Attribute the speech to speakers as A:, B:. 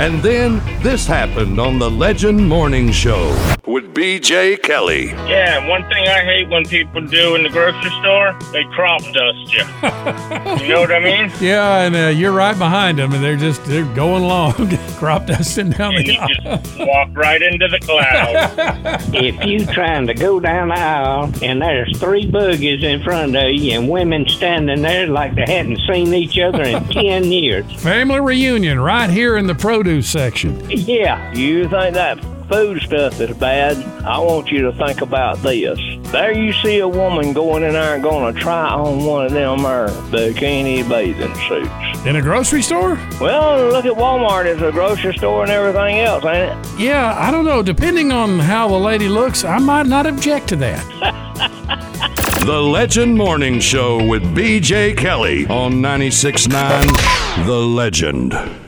A: And then this happened on the Legend Morning Show with BJ Kelly.
B: Yeah, one thing I hate when people do in the grocery store, they crop dust you. you know what I mean?
C: Yeah, and uh, you're right behind them, and they're just they're going along, crop dusting down
B: And
C: the
B: you
C: aisle.
B: just walk right into the clouds.
D: If you trying to go down the aisle and there's three boogies in front of you and women standing there like they hadn't seen each other in ten years.
C: Family reunion right here in the produce section.
D: Yeah.
E: You think that food stuff is bad? I want you to think about this. There you see a woman going in there and going to try on one of them there bikini bathing suits.
C: In a grocery store?
E: Well, look at Walmart as a grocery store and everything else, ain't it?
C: Yeah, I don't know. Depending on how the lady looks, I might not object to that.
A: The Legend Morning Show with BJ Kelly on 96.9 The Legend.